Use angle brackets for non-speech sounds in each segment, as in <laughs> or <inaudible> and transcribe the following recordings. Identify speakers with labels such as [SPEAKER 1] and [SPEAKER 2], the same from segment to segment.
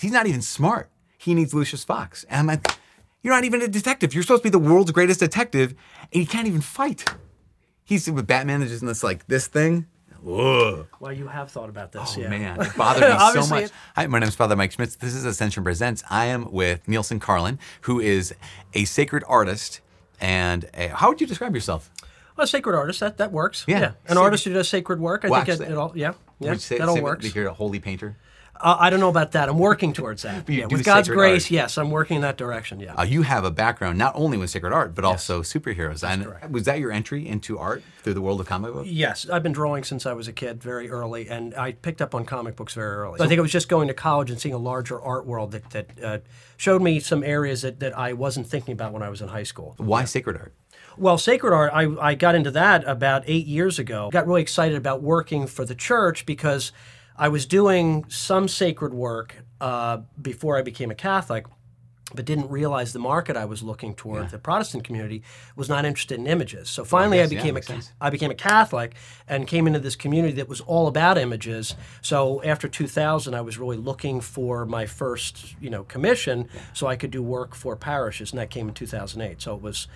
[SPEAKER 1] He's not even smart. He needs Lucius Fox. And I'm like, you're not even a detective. You're supposed to be the world's greatest detective, and you can't even fight. He's with Batman is just in this like this thing. Whoa.
[SPEAKER 2] Well, you have thought about this,
[SPEAKER 1] Oh
[SPEAKER 2] yeah.
[SPEAKER 1] man, it
[SPEAKER 2] <laughs>
[SPEAKER 1] bothered me so
[SPEAKER 2] Obviously,
[SPEAKER 1] much.
[SPEAKER 2] it-
[SPEAKER 1] Hi, my name is Father Mike Schmitz. This is Ascension Presents. I am with Nielsen Carlin, who is a sacred artist and a, how would you describe yourself?
[SPEAKER 2] Well, sacred artist, that, that works.
[SPEAKER 1] Yeah.
[SPEAKER 2] An artist who does sacred work. I
[SPEAKER 1] Well,
[SPEAKER 2] think it,
[SPEAKER 1] actually-
[SPEAKER 2] it all, yeah.
[SPEAKER 1] Would
[SPEAKER 2] Yeah,
[SPEAKER 1] you say
[SPEAKER 2] that all
[SPEAKER 1] same-
[SPEAKER 2] works.
[SPEAKER 1] You're a holy painter.
[SPEAKER 2] Uh, I don't know about that. I'm working towards
[SPEAKER 1] <laughs>
[SPEAKER 2] that.
[SPEAKER 1] you
[SPEAKER 2] yeah,
[SPEAKER 1] do
[SPEAKER 2] with God's
[SPEAKER 1] sacred
[SPEAKER 2] grace,
[SPEAKER 1] art.
[SPEAKER 2] yes, I'm working in that direction. Yeah.
[SPEAKER 1] Uh, you have a background not only with sacred art but also superheroes. and was that your entry into art through the world of comic books?
[SPEAKER 2] yes, I've been drawing since I was a kid, very early, and I picked up on comic books very early. I think I was just going to college and seeing a larger art world that, that uh, showed me some areas that, that I wasn't thinking about when I was in high school.
[SPEAKER 1] Why sacred art?
[SPEAKER 2] Well, sacred art, I, I got into that about eight years ago. Got really excited about working for the church because I was doing some sacred work uh, before I became a Catholic, but didn't realize the market I was looking toward, the Protestant community, was not interested in images. So finally, I
[SPEAKER 1] yeah,
[SPEAKER 2] became
[SPEAKER 1] makes
[SPEAKER 2] a
[SPEAKER 1] sense.
[SPEAKER 2] I became a Catholic and came into this community that was all about images. So after 2000, I was really looking for my first, you know, commission so I could do work for parishes, and that came in 2008. So it was,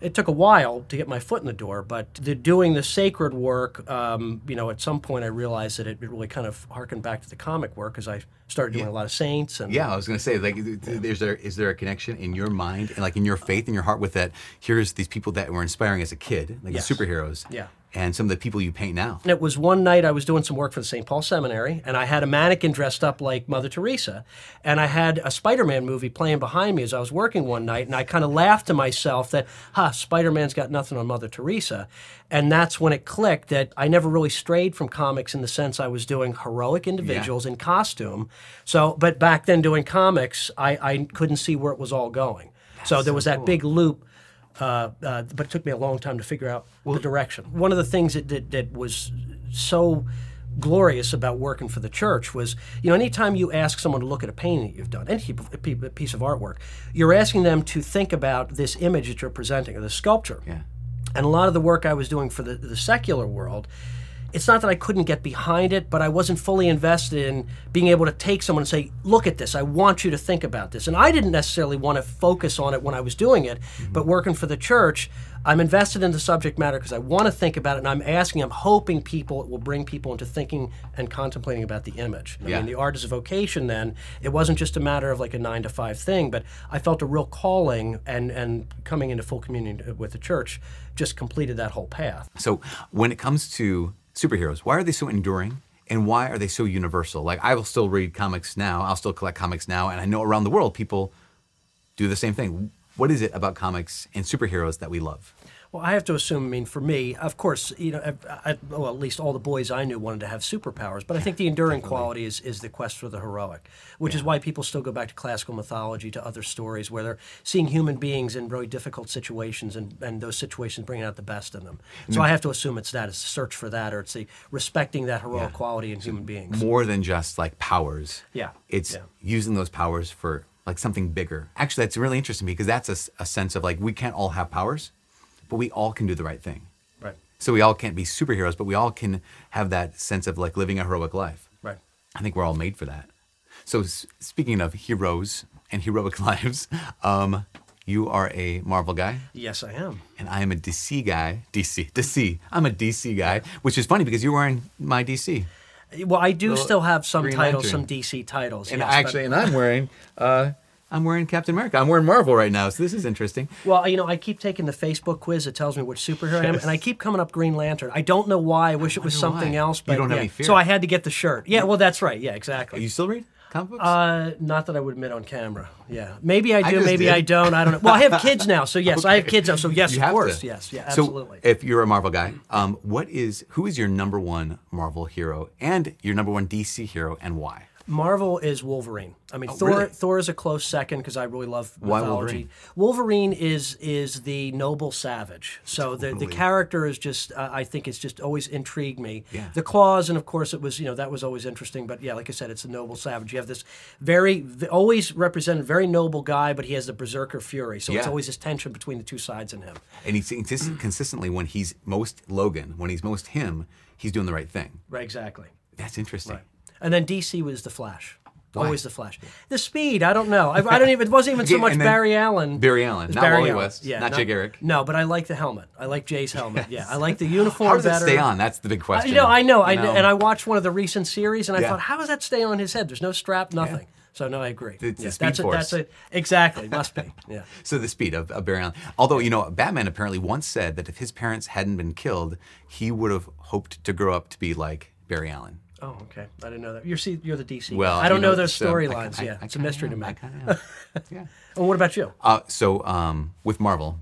[SPEAKER 2] it took a while to get my foot in the door, but the doing the sacred work, um, you know, at some point I realized that it, it really kind of harkened back to the comic work because I started doing a lot of saints and
[SPEAKER 1] Yeah, I was gonna say like, th- th- is there is there a connection in your mind and like in your faith in your heart with that? Here's these people that were inspiring as a kid, like
[SPEAKER 2] Yes.
[SPEAKER 1] the superheroes.
[SPEAKER 2] Yeah.
[SPEAKER 1] And some of the people you paint now.
[SPEAKER 2] And it was one night I was doing some work for the St. Paul Seminary, and I had a mannequin dressed up like Mother Teresa. And I had a Spider Man movie playing behind me as I was working one night, and I kind of laughed to myself that, huh, Spider Man's got nothing on Mother Teresa. And that's when it clicked that I never really strayed from comics in the sense I was doing heroic individuals in costume. So, but back then doing comics, I, I couldn't see where it was all going. so there was that big loop uh, uh, but it took me a long time to figure out the direction. One of the things that, that, that was so glorious about working for the church was, you know, anytime you ask someone to look at a painting that you've done, any pe- pe- piece of artwork, you're asking them to think about this image that you're presenting or this sculpture.
[SPEAKER 1] Yeah.
[SPEAKER 2] And a lot of the work I was doing for the, the secular world, it's not that I couldn't get behind it, but I wasn't fully invested in being able to take someone and say, look at this, I want you to think about this. And I didn't necessarily want to focus on it when I was doing it, but working for the church, I'm invested in the subject matter because I want to think about it, and I'm asking, I'm hoping people, it will bring people into thinking and contemplating about the image. I
[SPEAKER 1] Yeah.
[SPEAKER 2] mean, the art is a vocation then. It wasn't just a matter of like a nine to five thing, but I felt a real calling and, and coming into full communion with the church just completed that whole path.
[SPEAKER 1] So when it comes to superheroes, why are they so enduring? And why are they so universal? Like I will still read comics now. I'll still collect comics now, and I know around the world people do the same thing. What is it about comics and superheroes that we love?
[SPEAKER 2] Well, I have to assume. I mean, for me, of course, you know, I, I, well, at least all the boys I knew wanted to have superpowers. But I think the enduring quality is, is the quest for the heroic, which is why people still go back to classical mythology, to other stories where they're seeing human beings in really difficult situations, and, and those situations bringing out the best in them. So I have to assume it's that. It's the search for that, or it's the respecting that heroic quality in human beings.
[SPEAKER 1] More than just like powers.
[SPEAKER 2] Yeah.
[SPEAKER 1] It's
[SPEAKER 2] Yeah.
[SPEAKER 1] using those powers for like something bigger. Actually, that's really interesting because that's a s a a sense of like we can't all have powers, but we all can do the right thing.
[SPEAKER 2] Right.
[SPEAKER 1] So we all can't be superheroes, but we all can have that sense of like living a heroic life.
[SPEAKER 2] Right.
[SPEAKER 1] I think we're all made for that. So, s- speaking of heroes and heroic <laughs> lives, um, you are a Marvel guy,
[SPEAKER 2] Yes, I am.
[SPEAKER 1] and I am a DC guy. DC, DC. I'm a DC guy, which is funny because you're wearing my DC,
[SPEAKER 2] Well, I do
[SPEAKER 1] Little
[SPEAKER 2] still have some
[SPEAKER 1] Green
[SPEAKER 2] titles,
[SPEAKER 1] Lantern.
[SPEAKER 2] some DC titles.
[SPEAKER 1] and
[SPEAKER 2] yes, but-
[SPEAKER 1] actually, and I'm wearing, uh, I'm wearing Captain America. I'm wearing Marvel right now, so this is interesting.
[SPEAKER 2] Well, you know, I keep taking the Facebook quiz. It tells me which superhero I am, and I keep coming up Green Lantern. I don't know why. I wish it was
[SPEAKER 1] wonder
[SPEAKER 2] something
[SPEAKER 1] why.
[SPEAKER 2] else,
[SPEAKER 1] You
[SPEAKER 2] but
[SPEAKER 1] don't have
[SPEAKER 2] yeah.
[SPEAKER 1] any fear.
[SPEAKER 2] so I had to get the shirt. Yeah, well, that's right. Yeah,
[SPEAKER 1] You
[SPEAKER 2] exactly.
[SPEAKER 1] still read comic books?
[SPEAKER 2] Uh, not that I would admit on camera. Yeah, maybe I do,
[SPEAKER 1] just
[SPEAKER 2] maybe
[SPEAKER 1] did.
[SPEAKER 2] I don't. I don't know. Well, I have kids
[SPEAKER 1] <laughs>
[SPEAKER 2] now, so yes, I have kids now, so yes,
[SPEAKER 1] You
[SPEAKER 2] of
[SPEAKER 1] have
[SPEAKER 2] course,
[SPEAKER 1] to.
[SPEAKER 2] yes, yeah,
[SPEAKER 1] So
[SPEAKER 2] absolutely.
[SPEAKER 1] if you're a Marvel guy, um, what is who is your number one Marvel hero and your number one DC hero, and why?
[SPEAKER 2] Marvel is Wolverine. I mean, Thor.
[SPEAKER 1] Oh, really?
[SPEAKER 2] Thor is a close second because I really love
[SPEAKER 1] Why
[SPEAKER 2] mythology. Wolverine? is is the noble savage. So the, the character is just. Uh, I think it's just always intrigued me.
[SPEAKER 1] Yeah.
[SPEAKER 2] The claws, and of course, it was you know that was always interesting. But yeah, like I said, it's a noble savage. You have this very v- always represented very noble guy, but he has the berserker fury. So it's
[SPEAKER 1] Yeah.
[SPEAKER 2] always this tension between the two sides in him.
[SPEAKER 1] And he's
[SPEAKER 2] <clears throat>
[SPEAKER 1] consistent, consistently when he's most Logan, when he's most him, he's doing the right thing.
[SPEAKER 2] Right. Exactly.
[SPEAKER 1] That's interesting.
[SPEAKER 2] And then DC was the Flash. Always the Flash. The speed, I don't know. I, I don't even. It wasn't even so
[SPEAKER 1] Okay,
[SPEAKER 2] much
[SPEAKER 1] and then-
[SPEAKER 2] Barry Allen.
[SPEAKER 1] Barry Allen,
[SPEAKER 2] It's
[SPEAKER 1] not Wally West, not Jay Garrick.
[SPEAKER 2] No, but I like the helmet. I like Jay's helmet. Yeah,
[SPEAKER 1] <laughs>
[SPEAKER 2] I like the uniform
[SPEAKER 1] How does it
[SPEAKER 2] better. Uh,
[SPEAKER 1] stay on? That's the big question.
[SPEAKER 2] You know, I know. I
[SPEAKER 1] You
[SPEAKER 2] and I watched one of the recent series, and I
[SPEAKER 1] Yeah.
[SPEAKER 2] thought, how does that stay on his head? There's no strap, nothing. So no, I agree.
[SPEAKER 1] It's a
[SPEAKER 2] Yeah,
[SPEAKER 1] Speed
[SPEAKER 2] that's
[SPEAKER 1] Force.
[SPEAKER 2] A, that's a, exactly must be. <laughs> Yeah.
[SPEAKER 1] So the speed of, of Barry Allen. Although you know, Batman apparently once said that if his parents hadn't been killed, he would have hoped to grow up to be like Barry Allen.
[SPEAKER 2] Oh, okay. I didn't know that. You're see, you're the DC. guy.
[SPEAKER 1] Well,
[SPEAKER 2] I don't
[SPEAKER 1] you
[SPEAKER 2] know, those
[SPEAKER 1] so I-
[SPEAKER 2] storylines.
[SPEAKER 1] I-
[SPEAKER 2] Yeah,
[SPEAKER 1] I
[SPEAKER 2] it's a mystery to
[SPEAKER 1] kinda
[SPEAKER 2] me.
[SPEAKER 1] am, I kinda am. yeah.
[SPEAKER 2] And what about you?
[SPEAKER 1] Uh, so um, with Marvel,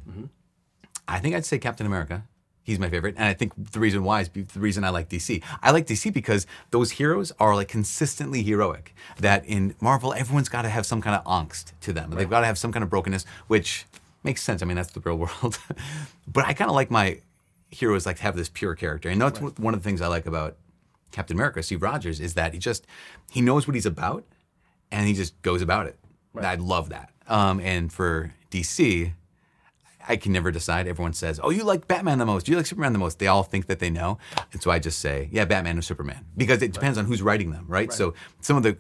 [SPEAKER 1] I think I'd say Captain America. He's my favorite, and I think the reason why is be- the reason I like DC. I like DC because those heroes are like consistently heroic. That in Marvel, everyone's got to have some kind of angst to them. They've got to have some kind of brokenness, which makes sense. I mean, that's the real <laughs> world. but I kind of like my heroes like to have this pure character, and that's one of the things I like about Captain America, Steve Rogers, is that he just he knows what he's about, and he just goes about it. I love that. Um, and for DC, I can never decide. Everyone says, "Oh, you like Batman the most. You like Superman the most." They all think that they know, and so I just say, "Yeah, Batman or Superman," because it depends on who's writing them, right? So some of the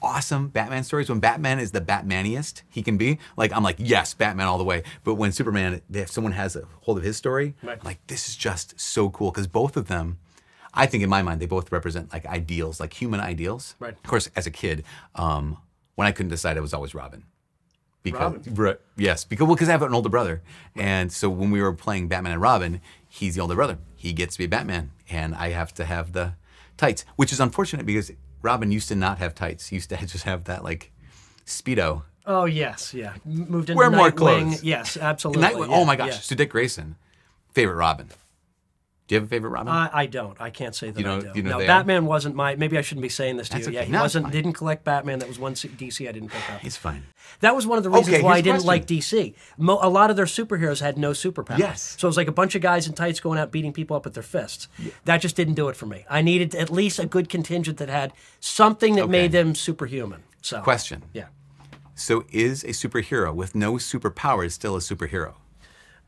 [SPEAKER 1] awesome Batman stories, when Batman is the Batmaniest he can be, like I'm like, "Yes, Batman all the way." But when Superman, if someone has a hold of his story, I'm like, "This is just so cool," because both of them. I think in my mind they both represent like ideals, like human ideals.
[SPEAKER 2] Right.
[SPEAKER 1] Of course, as a kid, um, when I couldn't decide, I was always Robin because
[SPEAKER 2] Robin.
[SPEAKER 1] Right. yes because well because I have an older brother and so when we were playing Batman and Robin he's the older brother he gets to be Batman and I have to have the tights which is unfortunate because Robin used to not have tights he used to <laughs> just have that like speedo
[SPEAKER 2] Oh yes, yeah. M- Moved into
[SPEAKER 1] Wear more
[SPEAKER 2] Nightwing.
[SPEAKER 1] clothes.
[SPEAKER 2] Yes, absolutely.
[SPEAKER 1] Night, oh
[SPEAKER 2] yeah,
[SPEAKER 1] my gosh
[SPEAKER 2] yeah.
[SPEAKER 1] so Dick Grayson favorite Robin do you have a favorite Robin
[SPEAKER 2] I, I don't. I can't say that
[SPEAKER 1] You know-
[SPEAKER 2] I do.
[SPEAKER 1] you know
[SPEAKER 2] no,
[SPEAKER 1] they are.
[SPEAKER 2] Batman wasn't my. Maybe I shouldn't be saying this to
[SPEAKER 1] That's
[SPEAKER 2] you. Yeah,
[SPEAKER 1] okay.
[SPEAKER 2] he
[SPEAKER 1] No, it's
[SPEAKER 2] wasn't.
[SPEAKER 1] fine.
[SPEAKER 2] Didn't collect Batman. That was one C- DC I didn't pick up.
[SPEAKER 1] it's fine
[SPEAKER 2] That was one of the reasons
[SPEAKER 1] Okay,
[SPEAKER 2] why I
[SPEAKER 1] here's a
[SPEAKER 2] didn't
[SPEAKER 1] question.
[SPEAKER 2] like DC. Mo- a lot of their superheroes had no superpowers.
[SPEAKER 1] Yes.
[SPEAKER 2] So it was like a bunch of guys in tights going out beating people up with their fists. That just didn't do it for me. I needed at least a good contingent that had something that made them superhuman. So
[SPEAKER 1] question
[SPEAKER 2] Yeah.
[SPEAKER 1] so is a superhero with no superpowers still a superhero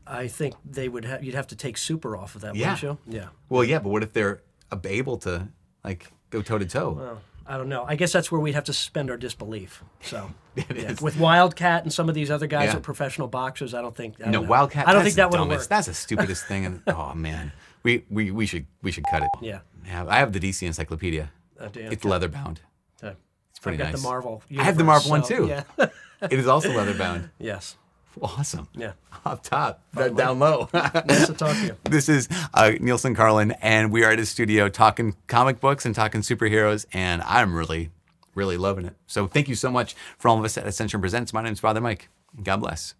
[SPEAKER 2] I think they would have. You'd have to take super off of that,
[SPEAKER 1] Yeah.
[SPEAKER 2] wouldn't you? Yeah.
[SPEAKER 1] well yeah but what if they're ab- able to like go toe to toe
[SPEAKER 2] I don't know. I guess that's where we'd have to suspend our disbelief.
[SPEAKER 1] <laughs>
[SPEAKER 2] So, yeah. with Wildcat and some of these other guys
[SPEAKER 1] Yeah.
[SPEAKER 2] that are professional boxers, I don't think. I don't
[SPEAKER 1] No,
[SPEAKER 2] know.
[SPEAKER 1] Wildcat.
[SPEAKER 2] I don't
[SPEAKER 1] that's
[SPEAKER 2] think that
[SPEAKER 1] the
[SPEAKER 2] would
[SPEAKER 1] dumbest-
[SPEAKER 2] work.
[SPEAKER 1] That's the stupidest thing.
[SPEAKER 2] <laughs>
[SPEAKER 1] And oh man, we, we we should we should cut it.
[SPEAKER 2] Yeah.
[SPEAKER 1] Yeah, I have the DC encyclopedia.
[SPEAKER 2] Uh, damn.
[SPEAKER 1] It's leather bound.
[SPEAKER 2] Uh,
[SPEAKER 1] It's pretty
[SPEAKER 2] I've got
[SPEAKER 1] nice.
[SPEAKER 2] the Marvel.
[SPEAKER 1] I have the Marvel one
[SPEAKER 2] universe, so,
[SPEAKER 1] too. <laughs>
[SPEAKER 2] Yeah.
[SPEAKER 1] it is
[SPEAKER 2] <laughs>
[SPEAKER 1] also leather bound.
[SPEAKER 2] yes.
[SPEAKER 1] Awesome.
[SPEAKER 2] Yeah.
[SPEAKER 1] Up top, down low. <laughs>
[SPEAKER 2] Nice to talk to you.
[SPEAKER 1] this is uh, Nielsen Carlin, and we are at his studio talking comic books and talking superheroes, and I'm really, really loving it. So thank you so much for all of us at Ascension Presents. My name is Father Mike. God bless.